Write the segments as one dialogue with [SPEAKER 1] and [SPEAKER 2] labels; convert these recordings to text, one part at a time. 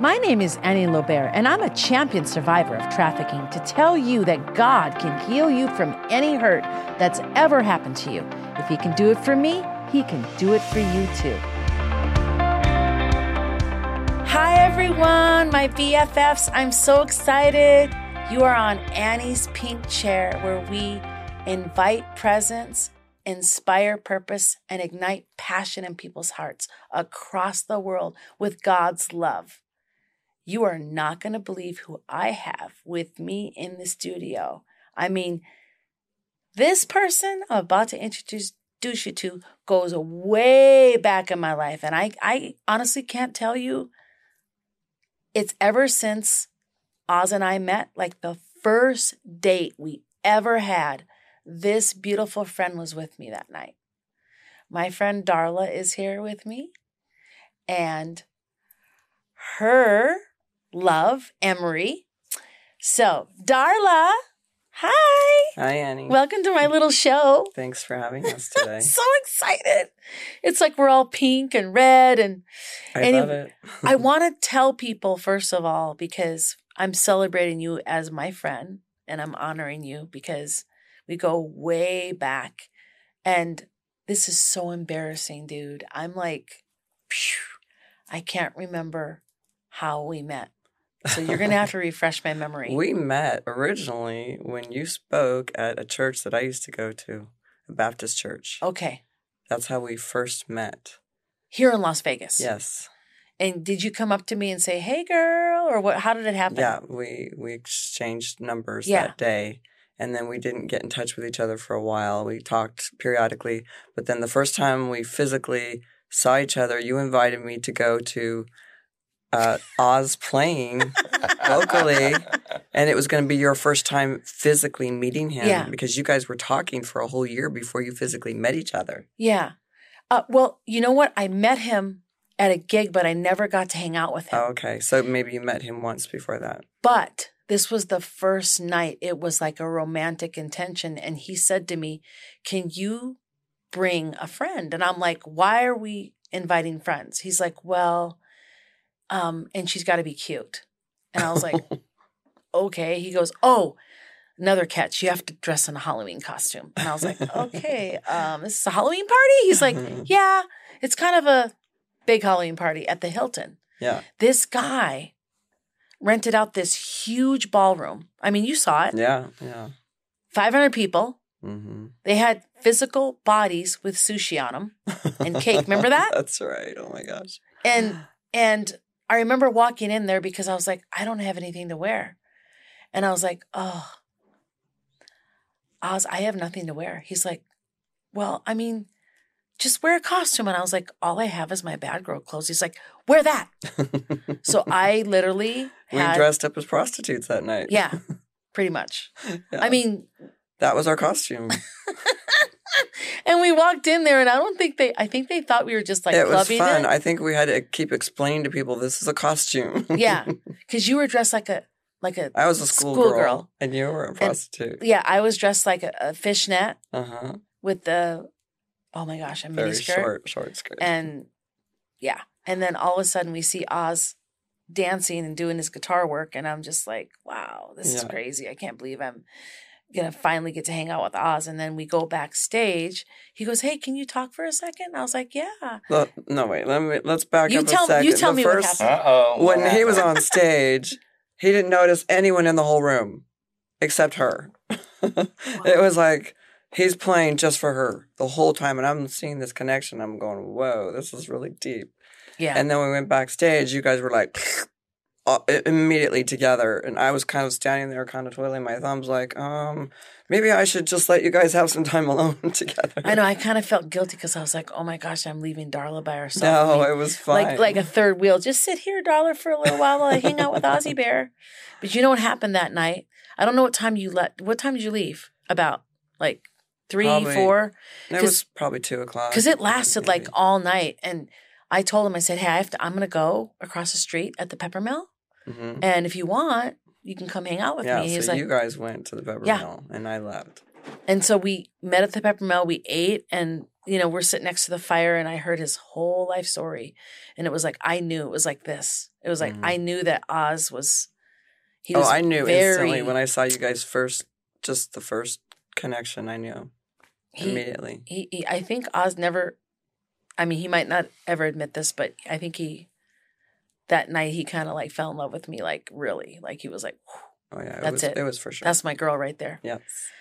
[SPEAKER 1] My name is Annie Lobert, and I'm a champion survivor of trafficking to tell you that God can heal you from any hurt that's ever happened to you. If He can do it for me, He can do it for you too. Hi, everyone, my BFFs. I'm so excited. You are on Annie's Pink Chair, where we invite presence, inspire purpose, and ignite passion in people's hearts across the world with God's love. You are not going to believe who I have with me in the studio. I mean, this person I'm about to introduce introduce you to goes way back in my life. And I, I honestly can't tell you. It's ever since Oz and I met, like the first date we ever had, this beautiful friend was with me that night. My friend Darla is here with me, and her love, Emery. So, Darla, hi.
[SPEAKER 2] Hi, Annie.
[SPEAKER 1] Welcome to my little show.
[SPEAKER 2] Thanks for having us today.
[SPEAKER 1] I'm so excited. It's like we're all pink and red and
[SPEAKER 2] I
[SPEAKER 1] and
[SPEAKER 2] love
[SPEAKER 1] it-
[SPEAKER 2] it.
[SPEAKER 1] I want to tell people, first of all, because I'm celebrating you as my friend and I'm honoring you because we go way back. And this is so embarrassing, dude. I'm like, phew, I can't remember how we met. So you're going to have to refresh my memory.
[SPEAKER 2] We met originally when you spoke at a church that I used to go to, a Baptist church.
[SPEAKER 1] okay.
[SPEAKER 2] That's how we first met.
[SPEAKER 1] Here in Las Vegas.
[SPEAKER 2] Yes.
[SPEAKER 1] And did you come up to me and say, hey, girl? Or what? how did it happen?
[SPEAKER 2] Yeah, we we exchanged numbers
[SPEAKER 1] Yeah.
[SPEAKER 2] that day. And then we didn't get in touch with each other for a while. We talked periodically, but then the first time we physically saw each other, you invited me to go to uh, Oz playing locally, and it was going to be your first time physically meeting him
[SPEAKER 1] Yeah.
[SPEAKER 2] because you guys were talking for a whole year before you physically met each other.
[SPEAKER 1] Yeah. Uh, well, you know what? I met him at a gig, but I never got to hang out with him.
[SPEAKER 2] Oh, okay, so maybe you met him once before that.
[SPEAKER 1] But this was the first night. It was like a romantic intention. And he said to me, Can you bring a friend? And I'm like, Why are we inviting friends? He's like, Well, um, and she's got to be cute. And I was like, Okay. He goes, Oh, another catch. You have to dress in a Halloween costume. And I was like, Okay, um, this is a Halloween party? He's like, Yeah, it's kind of a big Halloween party at the Hilton
[SPEAKER 2] Yeah,
[SPEAKER 1] this guy rented out this huge ballroom. I mean, you saw it.
[SPEAKER 2] yeah, yeah.
[SPEAKER 1] 500 people.
[SPEAKER 2] Mm-hmm.
[SPEAKER 1] They had physical bodies with sushi on them and cake. Remember that?
[SPEAKER 2] That's right. Oh my gosh.
[SPEAKER 1] And and I remember walking in there because I was like, I don't have anything to wear. And I was like, oh, Oz, I have nothing to wear. He's like, well, I mean, just wear a costume. And I was like, all I have is my bad girl clothes. He's like, wear that. So I literally
[SPEAKER 2] we
[SPEAKER 1] had,
[SPEAKER 2] dressed up as prostitutes that night.
[SPEAKER 1] yeah, pretty much.
[SPEAKER 2] Yeah.
[SPEAKER 1] I mean,
[SPEAKER 2] that was our costume.
[SPEAKER 1] and we walked in there, and I don't think they. I think they thought we were just like
[SPEAKER 2] it was
[SPEAKER 1] clubbing
[SPEAKER 2] fun.
[SPEAKER 1] it.
[SPEAKER 2] I think we had to keep explaining to people this is a costume.
[SPEAKER 1] yeah, because you were dressed like a like a.
[SPEAKER 2] I was a schoolgirl,
[SPEAKER 1] Schoolgirl.
[SPEAKER 2] and you were a prostitute.
[SPEAKER 1] Yeah, I was dressed like a, a fishnet
[SPEAKER 2] Uh huh.
[SPEAKER 1] with the. Oh my gosh, a
[SPEAKER 2] Very
[SPEAKER 1] mini skirt
[SPEAKER 2] short, short skirt.
[SPEAKER 1] and yeah, and then all of a sudden we see Oz dancing and doing his guitar work, and I'm just like, wow, this is
[SPEAKER 2] Yeah.
[SPEAKER 1] crazy. I can't believe I'm gonna finally get to hang out with Oz. And then we go backstage. He goes, hey, can you talk for a second? And I was like, yeah.
[SPEAKER 2] Well, no, wait. Let me. Let's back
[SPEAKER 1] You
[SPEAKER 2] up
[SPEAKER 1] tell-
[SPEAKER 2] a second.
[SPEAKER 1] you tell
[SPEAKER 2] The
[SPEAKER 1] me what
[SPEAKER 2] first-
[SPEAKER 1] happened.
[SPEAKER 3] Uh oh.
[SPEAKER 2] When he was on stage, he didn't notice anyone in the whole room except her. it was like he's playing just for her the whole time, and I'm seeing this connection. I'm going, whoa, this is really deep.
[SPEAKER 1] Yeah.
[SPEAKER 2] And then we went backstage. You guys were like all- i- immediately together, and I was kind of standing there, kind of twiddling my thumbs, like, um, maybe I should just let you guys have some time alone together.
[SPEAKER 1] I know. I kind of felt guilty because I was like, "Oh my gosh, I'm leaving Darla by herself."
[SPEAKER 2] No,
[SPEAKER 1] Like-
[SPEAKER 2] it was fine.
[SPEAKER 1] like like a third wheel. Just sit here, Darla, for a little while while I hang out with Ozzy Bear. But you know what happened that night? I don't know what time you let. What time did you leave? About like three,
[SPEAKER 2] Probably-
[SPEAKER 1] four,
[SPEAKER 2] it was probably two o'clock
[SPEAKER 1] because it lasted like
[SPEAKER 2] maybe.
[SPEAKER 1] all night. And I told him, I said, "Hey, I have to. I'm gonna go across the street at the Pepper Mill,
[SPEAKER 2] Mhm.
[SPEAKER 1] and if you want, you can come hang out with
[SPEAKER 2] yeah,
[SPEAKER 1] me." And he
[SPEAKER 2] so
[SPEAKER 1] was like,
[SPEAKER 2] you guys went to the Beverly
[SPEAKER 1] Yeah.
[SPEAKER 2] Mill, and I left.
[SPEAKER 1] And so we met at the Pepper Mill. We ate, and you know, we're sitting next to the fire and I heard his whole life story. And it was like, I knew it was like this. It was like,
[SPEAKER 2] Mhm.
[SPEAKER 1] I knew that Oz was, he
[SPEAKER 2] Oh,
[SPEAKER 1] was
[SPEAKER 2] I knew instantly
[SPEAKER 1] very-
[SPEAKER 2] when I saw you guys first, just the first connection, I knew
[SPEAKER 1] he,
[SPEAKER 2] immediately.
[SPEAKER 1] he, he, I think Oz never, I mean, he might not ever admit this, but I think he, that night he kind of like fell in love with me, like really. Like he was like, "Whew,
[SPEAKER 2] Oh, yeah. It
[SPEAKER 1] That's
[SPEAKER 2] was,
[SPEAKER 1] it.
[SPEAKER 2] was for sure.
[SPEAKER 1] that's my girl right there.
[SPEAKER 2] yeah.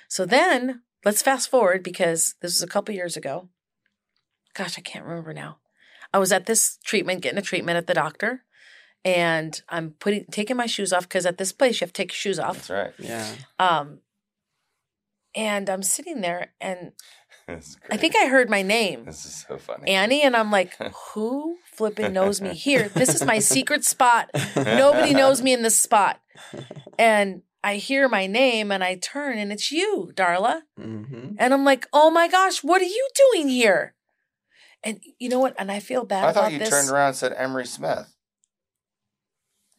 [SPEAKER 1] So then let's fast forward because this was a couple years ago. Gosh, I can't remember now. I was at this treatment, getting a treatment at the doctor, and I'm putting taking my shoes off because at this place you have to take your shoes off.
[SPEAKER 3] That's right.
[SPEAKER 2] Yeah.
[SPEAKER 1] Um, and I'm sitting there, and
[SPEAKER 3] This is
[SPEAKER 1] I
[SPEAKER 3] great.
[SPEAKER 1] think I heard my name,
[SPEAKER 3] This is so funny.
[SPEAKER 1] Annie, and I'm like, who flipping knows me here? This is my secret spot. Nobody knows me in this spot. And I hear my name, and I turn, and it's you, Darla.
[SPEAKER 2] hmm
[SPEAKER 1] And I'm like, oh my gosh, what are you doing here? And you know what? And I feel bad
[SPEAKER 3] I
[SPEAKER 1] about
[SPEAKER 3] thought you
[SPEAKER 1] this.
[SPEAKER 3] turned around and said Emery Smith.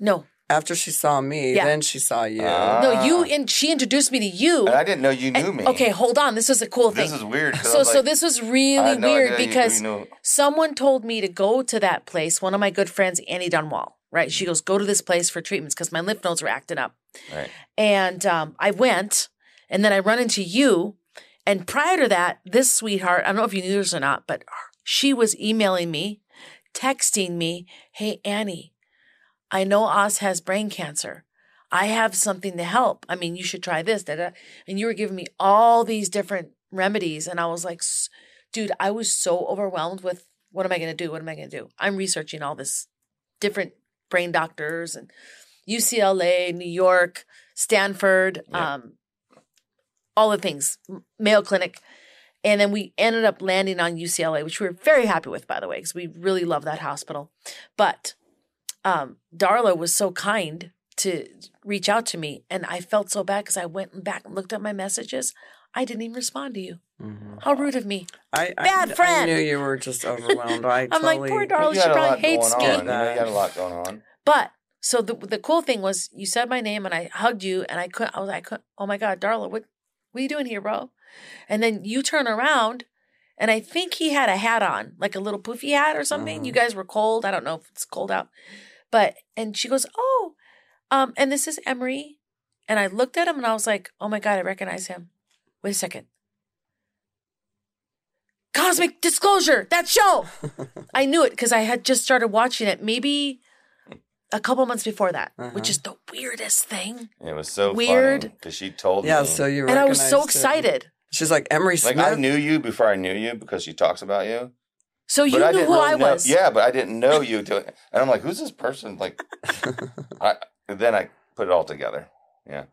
[SPEAKER 1] No,
[SPEAKER 2] After she saw me,
[SPEAKER 1] Yeah.
[SPEAKER 2] then she saw you.
[SPEAKER 3] Ah.
[SPEAKER 1] no, you and she introduced me to you.
[SPEAKER 3] And I didn't know you knew
[SPEAKER 1] And-
[SPEAKER 3] me.
[SPEAKER 1] Okay, hold on. This is a cool
[SPEAKER 3] This
[SPEAKER 1] thing.
[SPEAKER 3] is weird. 'cause I
[SPEAKER 1] so,
[SPEAKER 3] was
[SPEAKER 1] so
[SPEAKER 3] like,
[SPEAKER 1] this was
[SPEAKER 3] I
[SPEAKER 1] really
[SPEAKER 3] had no
[SPEAKER 1] weird
[SPEAKER 3] idea you-
[SPEAKER 1] because
[SPEAKER 3] you knew-
[SPEAKER 1] someone told me to go to that place. One of my good friends, Annie Dunwall, right? She goes, go to this place for treatments because my lymph nodes were acting up.
[SPEAKER 3] Right.
[SPEAKER 1] and um, I went, and then I run into you. And prior to that, this sweetheart, I don't know if you knew this or not, but she was emailing me, texting me, Hey, Annie, I know Oz has brain cancer. I have something to help. I mean, you should try this. Da, da. And you were giving me all these different remedies. And I was like, "S- Dude, I was so overwhelmed with what am I going to do? What am I going to do? I'm researching all this different brain doctors and UCLA, New York, Stanford,
[SPEAKER 3] Yeah.
[SPEAKER 1] um, all the things, M- Mayo Clinic. And then we ended up landing on UCLA, which we were very happy with, by the way, because we really love that hospital. But um, Darla was so kind to reach out to me, and I felt so bad because I went back and looked at my messages. I didn't even respond to you.
[SPEAKER 2] Mhm.
[SPEAKER 1] How rude of me!
[SPEAKER 2] I, I,
[SPEAKER 1] Bad friend.
[SPEAKER 2] I knew you were just overwhelmed. I
[SPEAKER 1] I'm like,
[SPEAKER 2] totally,
[SPEAKER 1] poor
[SPEAKER 3] But
[SPEAKER 1] Darla, she
[SPEAKER 3] you had a
[SPEAKER 1] probably
[SPEAKER 3] lot
[SPEAKER 1] hates
[SPEAKER 3] going
[SPEAKER 1] me.
[SPEAKER 3] on, You, know, you had a lot going on.
[SPEAKER 1] But so the the cool thing was you said my name and I hugged you and I couldn't I was like I couldn't, oh my god Darla what what are you doing here bro and then you turn around and I think he had a hat on like a little poofy hat or something
[SPEAKER 2] Uh-huh.
[SPEAKER 1] you guys were cold I don't know if it's cold out but and she goes oh um and this is Emery and I looked at him and I was like oh my god I recognize him wait a second Cosmic Disclosure that show I knew it because I had just started watching it maybe a couple months before that, which
[SPEAKER 2] Uh-huh.
[SPEAKER 1] is the weirdest thing.
[SPEAKER 3] And It was so
[SPEAKER 1] Weird.
[SPEAKER 3] because she told
[SPEAKER 2] yeah,
[SPEAKER 3] me.
[SPEAKER 2] so you
[SPEAKER 1] and I was so
[SPEAKER 2] recognized it.
[SPEAKER 1] excited.
[SPEAKER 2] She's like, Emery
[SPEAKER 3] like
[SPEAKER 2] Smith.
[SPEAKER 3] I knew you before I knew you because she talks about you.
[SPEAKER 1] So you
[SPEAKER 3] I
[SPEAKER 1] knew
[SPEAKER 3] didn't
[SPEAKER 1] who
[SPEAKER 3] really
[SPEAKER 1] I
[SPEAKER 3] know-
[SPEAKER 1] was.
[SPEAKER 3] Yeah, but I didn't know you. Till, and I'm like, who's this person? Like, I then I put it all together. Yeah,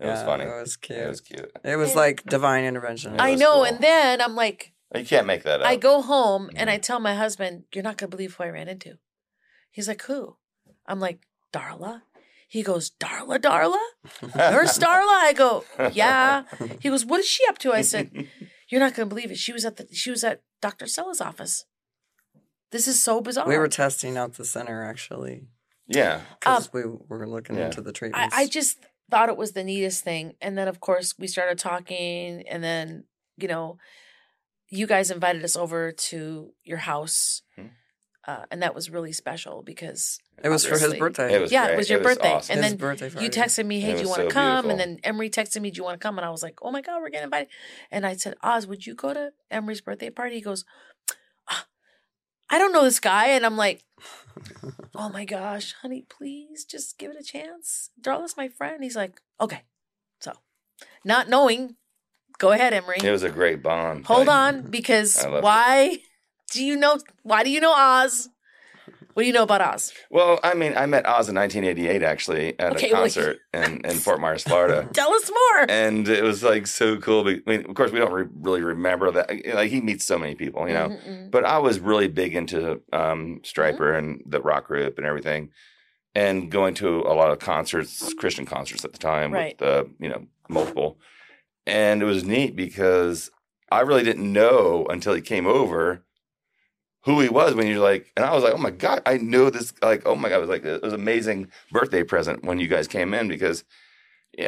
[SPEAKER 3] it was
[SPEAKER 2] Yeah, uh,
[SPEAKER 3] funny.
[SPEAKER 2] It was cute.
[SPEAKER 3] It was cute. Yeah.
[SPEAKER 2] like divine intervention.
[SPEAKER 1] I
[SPEAKER 3] was
[SPEAKER 1] know.
[SPEAKER 3] cool.
[SPEAKER 1] And then I'm like,
[SPEAKER 3] You can't make that up.
[SPEAKER 1] I go home and
[SPEAKER 3] Mhm.
[SPEAKER 1] I tell my husband, You're not going to believe who I ran into. He's like, Who? I'm like, Darla. He goes, Darla, Darla? Nurse Darla? I go, Yeah. He goes, What is she up to? I said, You're not going to believe it. She was at the, she was at Dr. Sella's office. This is so bizarre.
[SPEAKER 2] we were testing out the center actually
[SPEAKER 3] yeah,
[SPEAKER 2] because we were looking
[SPEAKER 3] Yeah.
[SPEAKER 2] into the
[SPEAKER 1] Um, I,
[SPEAKER 2] treatments.
[SPEAKER 1] I just thought it was the neatest thing. And then, of course, we started talking. And then, you know, you guys invited us over to your house.
[SPEAKER 2] Hmm.
[SPEAKER 3] Mhm.
[SPEAKER 1] Uh, and that was really special because
[SPEAKER 2] it was for his
[SPEAKER 1] obviously-
[SPEAKER 2] birthday.
[SPEAKER 3] it was.
[SPEAKER 1] Yeah, it
[SPEAKER 3] great.
[SPEAKER 1] was your birthday.
[SPEAKER 3] awesome.
[SPEAKER 1] and
[SPEAKER 2] his
[SPEAKER 1] then
[SPEAKER 2] birthday party.
[SPEAKER 1] you texted me,
[SPEAKER 3] It
[SPEAKER 1] hey, do you
[SPEAKER 3] was
[SPEAKER 1] want to
[SPEAKER 3] so
[SPEAKER 1] come?
[SPEAKER 3] beautiful.
[SPEAKER 1] And then Emery texted me, do you want to come? And I was like, oh my God, we're getting invited. And I said, Oz, would you go to Emery's birthday party? He goes, "Ah, I don't know this guy. And I'm like, oh my gosh, honey, please just give it a chance. Darla's my friend. He's like, okay. So, not knowing, go ahead, Emery.
[SPEAKER 3] it was a great bond.
[SPEAKER 1] Hold
[SPEAKER 3] Like,
[SPEAKER 1] on, because
[SPEAKER 3] I love it.
[SPEAKER 1] why do you know? Why do you know Oz? What do you know about Oz?
[SPEAKER 3] Well, I mean, I met Oz in 1988 actually at
[SPEAKER 1] Okay,
[SPEAKER 3] a
[SPEAKER 1] well,
[SPEAKER 3] concert in, in Fort Myers, Florida.
[SPEAKER 1] Tell us more.
[SPEAKER 3] And it was like so cool. be- I mean, of course, we don't re- really remember that. Like he meets so many people, you know.
[SPEAKER 1] Mhm, mhm.
[SPEAKER 3] But I was really big into um, Striper and the rock group and everything, and going to a lot of concerts, Christian concerts at the time,
[SPEAKER 1] Right.
[SPEAKER 3] with uh, you know multiple. And it was neat because I really didn't know until he came over who he was. When you're like, and I was like, oh my god, I know this. Like, oh my god, it was like it was an amazing birthday present when you guys came in because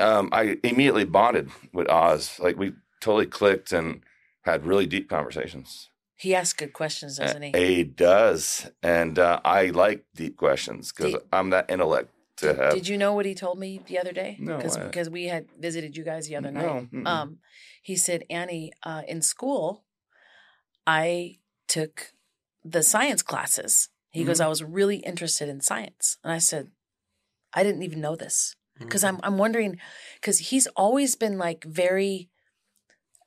[SPEAKER 3] um, I immediately bonded with Oz. Like we totally clicked and had really deep conversations.
[SPEAKER 1] He asks good questions, doesn't he?
[SPEAKER 3] He Uh, does, and uh, I like deep questions because
[SPEAKER 1] Did-
[SPEAKER 3] I'm that intellect to have.
[SPEAKER 1] Did you know what he told me the other day?
[SPEAKER 3] No,
[SPEAKER 1] because
[SPEAKER 3] I-
[SPEAKER 1] because we had visited you guys the other
[SPEAKER 3] Mm, No,
[SPEAKER 1] night.
[SPEAKER 3] mm-mm.
[SPEAKER 1] Um, he said, Annie, uh, in school, I took the science classes. He
[SPEAKER 3] Mm-hmm.
[SPEAKER 1] goes, I was really interested in science, and I said, I didn't even know this because
[SPEAKER 3] Mm-hmm.
[SPEAKER 1] I'm I'm wondering because he's always been like very,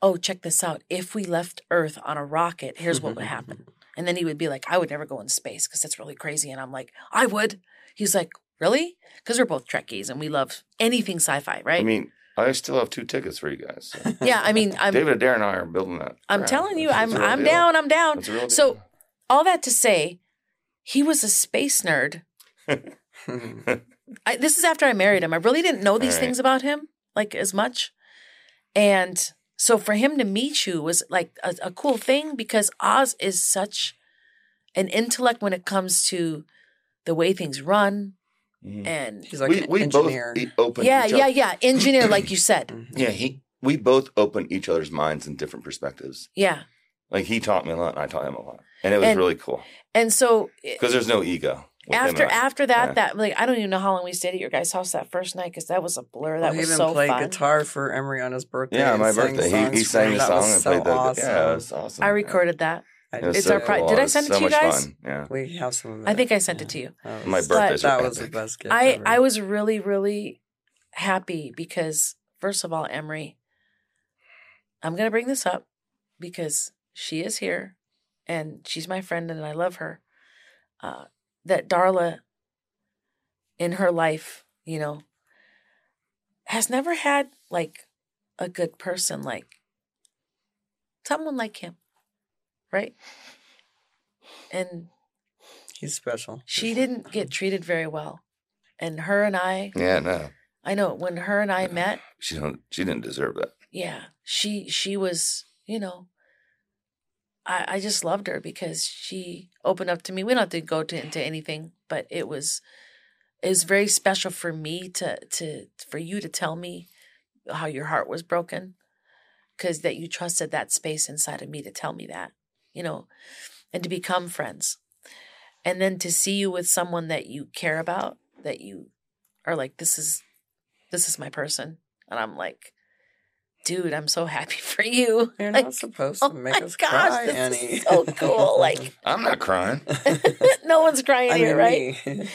[SPEAKER 1] oh check this out. If we left Earth on a rocket, here's what
[SPEAKER 2] Mm-hmm.
[SPEAKER 1] would happen. And then he would be like, I would never go in space because that's really crazy. And I'm like, I would. He's like, really? Because we're both Trekkies and we love anything sci-fi, right?
[SPEAKER 3] I mean, I still have two tickets for you guys. so.
[SPEAKER 1] yeah, I mean, I'm
[SPEAKER 3] David, Adair, and I are building that.
[SPEAKER 1] I'm
[SPEAKER 3] crap.
[SPEAKER 1] telling you,
[SPEAKER 3] It's-
[SPEAKER 1] I'm
[SPEAKER 3] it's a real
[SPEAKER 1] I'm
[SPEAKER 3] deal.
[SPEAKER 1] down, I'm down.
[SPEAKER 3] It's a real deal. Mm.
[SPEAKER 1] So all that to say, he was a space nerd.
[SPEAKER 2] Mm-hmm.
[SPEAKER 1] I, this is after I married him. I really didn't know these
[SPEAKER 3] All right.
[SPEAKER 1] things about him like as much, and so for him to meet you was like a, a cool thing because Oz is such an intellect when it comes to the way things run
[SPEAKER 3] Mhm.
[SPEAKER 1] and
[SPEAKER 2] He's like
[SPEAKER 3] we
[SPEAKER 2] an
[SPEAKER 3] we
[SPEAKER 2] engineer. Mm-hmm.
[SPEAKER 3] both e- open.
[SPEAKER 1] yeah,
[SPEAKER 3] each
[SPEAKER 1] yeah,
[SPEAKER 3] other.
[SPEAKER 1] yeah. Engineer, like you said,
[SPEAKER 3] yeah. He we both open each other's minds in different perspectives.
[SPEAKER 1] yeah.
[SPEAKER 3] Like he taught me a lot, and I taught him a lot, and it was
[SPEAKER 1] And-
[SPEAKER 3] really cool
[SPEAKER 1] And so eh,
[SPEAKER 3] because there's no ego. with him
[SPEAKER 1] after
[SPEAKER 3] and I.
[SPEAKER 1] after that,
[SPEAKER 3] Yeah.
[SPEAKER 1] that like I don't even know how long we stayed at your guys' house that first night because that was a blur. That
[SPEAKER 2] Well, he
[SPEAKER 1] was
[SPEAKER 2] even
[SPEAKER 1] so
[SPEAKER 2] played
[SPEAKER 1] fun.
[SPEAKER 2] guitar for Emery on his birthday.
[SPEAKER 3] yeah,
[SPEAKER 2] and
[SPEAKER 3] my
[SPEAKER 2] sang
[SPEAKER 3] birthday, he,
[SPEAKER 2] songs
[SPEAKER 3] he
[SPEAKER 2] for
[SPEAKER 3] sang
[SPEAKER 2] him.
[SPEAKER 3] the
[SPEAKER 2] That
[SPEAKER 3] song
[SPEAKER 2] was
[SPEAKER 3] and
[SPEAKER 2] so
[SPEAKER 3] played the
[SPEAKER 2] awesome.
[SPEAKER 3] yeah, it was awesome.
[SPEAKER 1] I
[SPEAKER 3] yeah.
[SPEAKER 1] recorded that.
[SPEAKER 2] I
[SPEAKER 3] It was
[SPEAKER 1] It's
[SPEAKER 2] did
[SPEAKER 3] so
[SPEAKER 1] our pri-
[SPEAKER 3] cool.
[SPEAKER 1] did I
[SPEAKER 3] It was
[SPEAKER 1] send it
[SPEAKER 3] so
[SPEAKER 1] to you
[SPEAKER 3] much
[SPEAKER 1] guys?
[SPEAKER 3] Fun. Yeah,
[SPEAKER 2] We have some of it.
[SPEAKER 1] I think I sent it to you.
[SPEAKER 2] That
[SPEAKER 3] my
[SPEAKER 2] was-
[SPEAKER 3] birthdays.
[SPEAKER 2] That
[SPEAKER 3] are
[SPEAKER 2] was the
[SPEAKER 3] epic.
[SPEAKER 2] best gift.
[SPEAKER 1] I
[SPEAKER 2] ever.
[SPEAKER 1] I was really really happy because first of all, Emery, I'm gonna bring this up because she is here and she's my friend and I love her. Uh, that Darla in her life, you know, has never had like a good person like someone like him, right? And
[SPEAKER 2] He's special.
[SPEAKER 1] she didn't
[SPEAKER 2] um
[SPEAKER 1] get treated very well. And her and I,
[SPEAKER 3] Yeah, no,
[SPEAKER 1] I know when her and I met,
[SPEAKER 3] she don't. She didn't deserve that.
[SPEAKER 1] yeah, she she was, you know, I I just loved her because she opened up to me. We don't have to go to, into anything, but it was it was very special for me to to for you to tell me how your heart was broken because that you trusted that space inside of me to tell me that you know and to become friends and then to see you with someone that you care about that you are like this is this is my person and i'm like dude i'm so happy for you
[SPEAKER 2] You're
[SPEAKER 1] like,
[SPEAKER 2] not supposed to
[SPEAKER 1] oh
[SPEAKER 2] make
[SPEAKER 1] my
[SPEAKER 2] us
[SPEAKER 1] gosh
[SPEAKER 2] cry,
[SPEAKER 1] this
[SPEAKER 2] Annie.
[SPEAKER 1] is so cool like
[SPEAKER 3] I'm not crying.
[SPEAKER 1] no one's crying
[SPEAKER 2] I
[SPEAKER 1] here
[SPEAKER 2] mean,
[SPEAKER 1] right
[SPEAKER 2] me.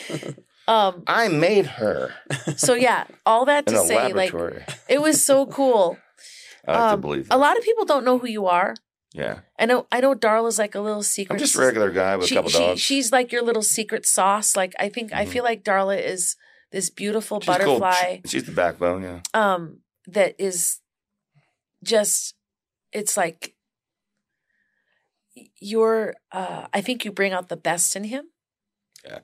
[SPEAKER 1] um
[SPEAKER 3] I made her
[SPEAKER 1] so yeah all that
[SPEAKER 3] in
[SPEAKER 1] to
[SPEAKER 3] a
[SPEAKER 1] say like
[SPEAKER 3] laboratory.
[SPEAKER 1] it was so cool
[SPEAKER 3] I like to
[SPEAKER 1] um,
[SPEAKER 3] believe.
[SPEAKER 1] a
[SPEAKER 3] that.
[SPEAKER 1] lot of people don't know who you are
[SPEAKER 3] Yeah,
[SPEAKER 1] i know i know darla's like a little secret
[SPEAKER 3] I'm just a regular guy with
[SPEAKER 1] she,
[SPEAKER 3] a couple
[SPEAKER 1] she,
[SPEAKER 3] dogs.
[SPEAKER 1] she's like your little secret sauce. Like I think I
[SPEAKER 3] Mhm.
[SPEAKER 1] feel like Darla is this beautiful
[SPEAKER 3] She's cool.
[SPEAKER 1] butterfly
[SPEAKER 3] She- she's the backbone. Yeah.
[SPEAKER 1] um that is just it's like you're uh I think you bring out the best in him.
[SPEAKER 3] Yeah.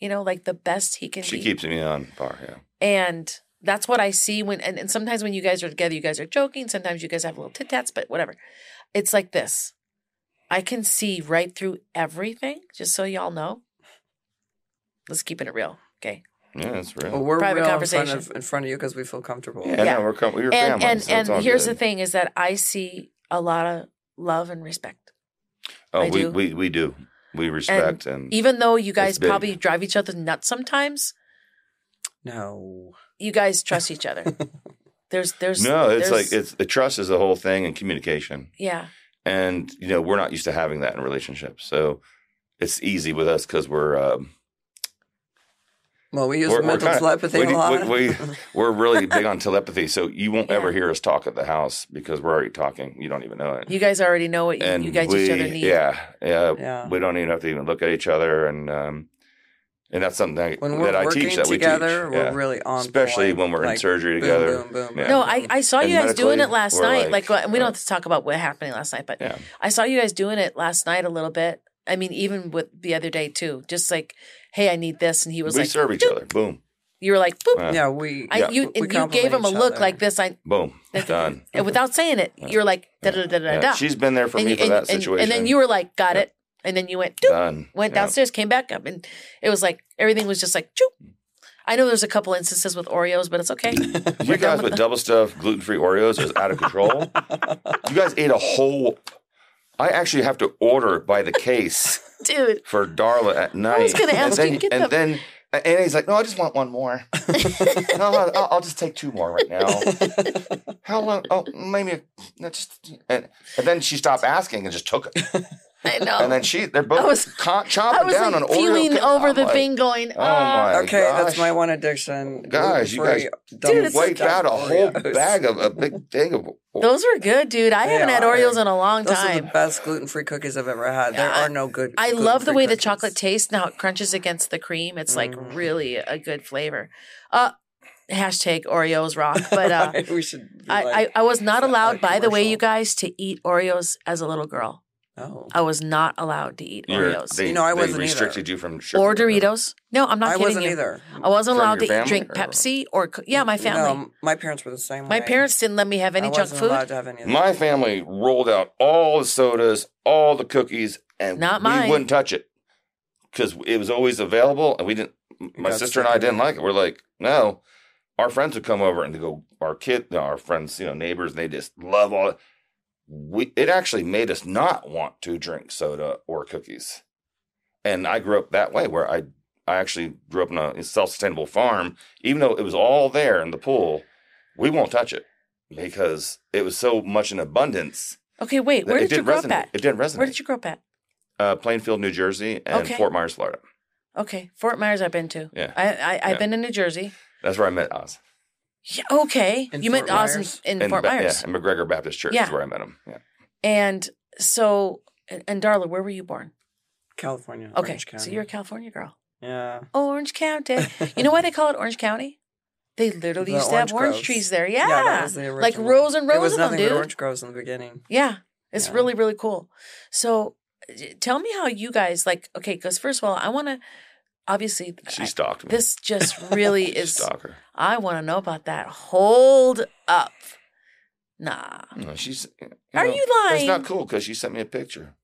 [SPEAKER 1] You know, like the best he can
[SPEAKER 3] She
[SPEAKER 1] be.
[SPEAKER 3] keeps me on par. Yeah.
[SPEAKER 1] and that's what I see when and, and sometimes when you guys are together, you guys are joking. Sometimes you guys have little tit tats, but whatever. It's like this. I can see right through everything, just so y'all know. Let's keep it real. Okay.
[SPEAKER 3] Yeah, that's real.
[SPEAKER 2] well, we're
[SPEAKER 1] Private
[SPEAKER 2] real in front
[SPEAKER 1] conversation.
[SPEAKER 2] of in front of you because we feel comfortable.
[SPEAKER 3] yeah,
[SPEAKER 1] Oh, yeah.
[SPEAKER 3] No, we're com- we're
[SPEAKER 1] And
[SPEAKER 3] family.
[SPEAKER 1] and
[SPEAKER 3] so it's all
[SPEAKER 1] and here's
[SPEAKER 3] good.
[SPEAKER 1] the thing is that I see a lot of love and respect.
[SPEAKER 3] Oh,
[SPEAKER 1] I
[SPEAKER 3] we,
[SPEAKER 1] do.
[SPEAKER 3] we we do. We respect and,
[SPEAKER 1] Even though you guys
[SPEAKER 3] big.
[SPEAKER 1] probably drive each other nuts sometimes,
[SPEAKER 2] No.
[SPEAKER 1] you guys trust each other. There's there's
[SPEAKER 3] no,
[SPEAKER 1] there's-
[SPEAKER 3] it's like it's the trust is the whole thing and communication.
[SPEAKER 1] yeah.
[SPEAKER 3] And you know, we're not used to having that in relationships, so it's easy with us because we're um,
[SPEAKER 2] Well, we use
[SPEAKER 3] We're- we're
[SPEAKER 2] mental
[SPEAKER 3] kinda-
[SPEAKER 2] telepathy
[SPEAKER 3] we
[SPEAKER 2] a
[SPEAKER 3] do-
[SPEAKER 2] lot.
[SPEAKER 3] we- we- we're really big on telepathy. So you won't
[SPEAKER 1] Yeah.
[SPEAKER 3] ever hear us talk at the house because we're already talking. You don't even know it.
[SPEAKER 1] You guys already know what you,
[SPEAKER 3] and
[SPEAKER 1] you guys
[SPEAKER 3] we,
[SPEAKER 1] each other need.
[SPEAKER 3] Yeah, yeah,
[SPEAKER 2] yeah.
[SPEAKER 3] We don't even have to even look at each other, and um, and that's something that,
[SPEAKER 2] When we're
[SPEAKER 3] that I
[SPEAKER 2] working
[SPEAKER 3] teach that we
[SPEAKER 2] together,
[SPEAKER 3] teach.
[SPEAKER 2] we're
[SPEAKER 3] yeah.
[SPEAKER 2] really on.
[SPEAKER 3] especially
[SPEAKER 2] point,
[SPEAKER 3] when we're in
[SPEAKER 2] like,
[SPEAKER 3] surgery
[SPEAKER 2] boom,
[SPEAKER 3] together.
[SPEAKER 2] Boom, boom,
[SPEAKER 3] Yeah.
[SPEAKER 2] boom.
[SPEAKER 1] No, I, I saw
[SPEAKER 3] And
[SPEAKER 1] you guys doing it
[SPEAKER 3] medically,
[SPEAKER 1] last
[SPEAKER 3] we're
[SPEAKER 1] night. Like,
[SPEAKER 3] like- uh,
[SPEAKER 1] we don't have to talk about what happened last night, but
[SPEAKER 3] Yeah.
[SPEAKER 1] I saw you guys doing it last night a little bit. I mean, even with the other day too. Just like, hey, I need this, and he was
[SPEAKER 3] we
[SPEAKER 1] like,
[SPEAKER 3] serve each
[SPEAKER 1] "Doop."
[SPEAKER 3] other. Boom,
[SPEAKER 1] You were like, boop.
[SPEAKER 3] Yeah.
[SPEAKER 2] Yeah, we.
[SPEAKER 1] I,
[SPEAKER 3] Yeah.
[SPEAKER 1] you
[SPEAKER 2] We
[SPEAKER 1] and you gave him a
[SPEAKER 2] compliment each
[SPEAKER 1] look
[SPEAKER 2] other.
[SPEAKER 1] like this. I
[SPEAKER 3] boom, done.
[SPEAKER 1] and without saying it, you're like da da da da
[SPEAKER 3] Yeah,
[SPEAKER 1] da.
[SPEAKER 3] She's been there for
[SPEAKER 1] and,
[SPEAKER 3] me
[SPEAKER 1] you-
[SPEAKER 3] for
[SPEAKER 1] and,
[SPEAKER 3] that
[SPEAKER 1] and-
[SPEAKER 3] situation.
[SPEAKER 1] and then you were like, got
[SPEAKER 3] Yeah.
[SPEAKER 1] it, and then you went doop,
[SPEAKER 3] done.
[SPEAKER 1] went
[SPEAKER 3] Yeah. Mm.
[SPEAKER 1] downstairs, came back up, and it was like everything was just like, choop. I know there's a couple instances with Oreos, but it's okay.
[SPEAKER 3] You
[SPEAKER 1] done
[SPEAKER 3] guys
[SPEAKER 1] with
[SPEAKER 3] with
[SPEAKER 1] the-
[SPEAKER 3] double stuffed gluten free Oreos is out of control. you guys ate a whole. I actually have to order by the case
[SPEAKER 1] Dude,
[SPEAKER 3] for Darla at night.
[SPEAKER 1] gonna ask
[SPEAKER 3] and then,
[SPEAKER 1] you, get
[SPEAKER 3] and
[SPEAKER 1] the-
[SPEAKER 3] then and he's like, "No, I just want one more. no, I'll, I'll- I'll just take two more right now. How long? Oh, maybe no, just." And, and then she stopped asking and just took it.
[SPEAKER 1] I
[SPEAKER 3] And
[SPEAKER 1] know.
[SPEAKER 3] then she, they're both
[SPEAKER 1] I was-
[SPEAKER 3] co-
[SPEAKER 1] I
[SPEAKER 3] chomping
[SPEAKER 1] was
[SPEAKER 3] down
[SPEAKER 1] like
[SPEAKER 3] on Oreo.
[SPEAKER 1] peeling
[SPEAKER 3] cake.
[SPEAKER 1] over
[SPEAKER 3] I'm
[SPEAKER 1] the
[SPEAKER 3] like,
[SPEAKER 1] thing, going,
[SPEAKER 3] Oh
[SPEAKER 1] "Ah."
[SPEAKER 3] my
[SPEAKER 2] Okay, that's
[SPEAKER 3] gosh.
[SPEAKER 2] my one addiction.
[SPEAKER 3] Guys, you guys-
[SPEAKER 2] Gluten-free,
[SPEAKER 1] Dude, it's
[SPEAKER 3] Wiped
[SPEAKER 2] double-stuffed
[SPEAKER 3] out a whole
[SPEAKER 2] Oreos.
[SPEAKER 3] bag of a big thing of.
[SPEAKER 1] Those were good, dude. I
[SPEAKER 2] They
[SPEAKER 1] haven't had
[SPEAKER 2] are.
[SPEAKER 1] Oreos in a long
[SPEAKER 2] Those are the
[SPEAKER 1] time.
[SPEAKER 2] best gluten-free cookies I've ever had. There
[SPEAKER 1] Yeah, I-
[SPEAKER 2] are no good.
[SPEAKER 1] I love the
[SPEAKER 2] gluten-free
[SPEAKER 1] way the
[SPEAKER 2] cookies.
[SPEAKER 1] chocolate tastes and how it crunches against the cream. It's like
[SPEAKER 3] Mm-hmm.
[SPEAKER 2] Mhm.
[SPEAKER 1] really a good flavor. Uh, hashtag Oreos rock. But uh,
[SPEAKER 2] Right, we should. Be
[SPEAKER 1] I,
[SPEAKER 2] like,
[SPEAKER 1] I, I was not
[SPEAKER 2] not
[SPEAKER 1] allowed,
[SPEAKER 2] a
[SPEAKER 1] by the way, you
[SPEAKER 2] commercial.
[SPEAKER 1] guys, to eat Oreos as a little girl.
[SPEAKER 2] oh.
[SPEAKER 1] I was not allowed to eat
[SPEAKER 3] You're-
[SPEAKER 1] Oreos
[SPEAKER 3] They,
[SPEAKER 2] You know, I
[SPEAKER 3] they
[SPEAKER 2] wasn't either.
[SPEAKER 3] restricted you from sugar.
[SPEAKER 1] or Doritos. No, I'm not
[SPEAKER 2] I
[SPEAKER 1] kidding
[SPEAKER 2] wasn't
[SPEAKER 1] you.
[SPEAKER 2] either.
[SPEAKER 1] I wasn't
[SPEAKER 3] From
[SPEAKER 1] allowed to
[SPEAKER 3] your
[SPEAKER 1] eat,
[SPEAKER 3] family
[SPEAKER 1] drink
[SPEAKER 3] or-
[SPEAKER 1] Pepsi or co- yeah, my family.
[SPEAKER 2] No, my parents were the same
[SPEAKER 1] my
[SPEAKER 2] way.
[SPEAKER 1] parents didn't let me have any
[SPEAKER 2] I
[SPEAKER 1] junk
[SPEAKER 2] wasn't
[SPEAKER 1] food.
[SPEAKER 2] allowed to have any of that.
[SPEAKER 3] My family rolled out all the sodas, all the cookies, and
[SPEAKER 1] Not
[SPEAKER 3] we
[SPEAKER 1] mine.
[SPEAKER 3] wouldn't touch it because it was always available, and we didn't. My
[SPEAKER 2] got
[SPEAKER 3] sister and I
[SPEAKER 2] sick of
[SPEAKER 3] didn't
[SPEAKER 2] it.
[SPEAKER 3] like it. We're like, no. Our friends would come over and they go, our kid, no, our friends, you know, neighbors, and they just love all. We it actually made us not want to drink soda or cookies, and I grew up that way where I I actually grew up in a self-sustainable farm, even though it was all there in the pool. We won't touch it because it was so much in abundance.
[SPEAKER 1] Okay, wait, where
[SPEAKER 3] it
[SPEAKER 1] did you
[SPEAKER 3] didn't
[SPEAKER 1] grow
[SPEAKER 3] resonate.
[SPEAKER 1] up at?
[SPEAKER 3] It didn't resonate.
[SPEAKER 1] Where did you grow up at?
[SPEAKER 3] Uh, Plainfield, New Jersey, and
[SPEAKER 1] Okay.
[SPEAKER 3] Fort Myers, Florida.
[SPEAKER 1] Okay, Fort Myers. I've been to.
[SPEAKER 3] Yeah.
[SPEAKER 1] I, I I've
[SPEAKER 3] Yeah.
[SPEAKER 1] been to New Jersey.
[SPEAKER 3] That's where I met Oz.
[SPEAKER 1] Yeah, okay,
[SPEAKER 2] In
[SPEAKER 1] you meant
[SPEAKER 2] Fort
[SPEAKER 1] Oz
[SPEAKER 2] Myers?
[SPEAKER 1] in, in
[SPEAKER 3] And
[SPEAKER 1] Fort
[SPEAKER 3] Ba-
[SPEAKER 1] Myers,
[SPEAKER 3] Yeah, and McGregor Baptist Church
[SPEAKER 1] Yeah.
[SPEAKER 3] is where I met him. Yeah.
[SPEAKER 1] and so and, and Darla, where were you born?
[SPEAKER 2] California.
[SPEAKER 1] Okay,
[SPEAKER 2] Orange
[SPEAKER 1] so
[SPEAKER 2] County.
[SPEAKER 1] you're a California girl.
[SPEAKER 2] yeah.
[SPEAKER 1] Orange County. Eh, you know why they call it Orange County? They literally
[SPEAKER 2] The
[SPEAKER 1] used to have
[SPEAKER 2] orange
[SPEAKER 1] orange
[SPEAKER 2] groves.
[SPEAKER 1] trees there. Yeah,
[SPEAKER 2] Yeah, that was the
[SPEAKER 1] like
[SPEAKER 2] original.
[SPEAKER 1] rows and
[SPEAKER 2] There
[SPEAKER 1] rows
[SPEAKER 2] was
[SPEAKER 1] of them,
[SPEAKER 2] nothing
[SPEAKER 1] dude.
[SPEAKER 2] but orange groves in the beginning.
[SPEAKER 1] Yeah, it's
[SPEAKER 2] Yeah.
[SPEAKER 1] really really cool. So, uh, tell me how you guys like. Okay, because first of all, I want to obviously
[SPEAKER 3] She
[SPEAKER 1] I-
[SPEAKER 3] stalked me.
[SPEAKER 1] this just really is.
[SPEAKER 3] Stalker.
[SPEAKER 1] I want to know about that. Hold up, nah.
[SPEAKER 3] No, she's. you
[SPEAKER 1] Oh, Are
[SPEAKER 3] know,
[SPEAKER 1] you
[SPEAKER 3] That's
[SPEAKER 1] lying?
[SPEAKER 3] not cool because she sent me a picture.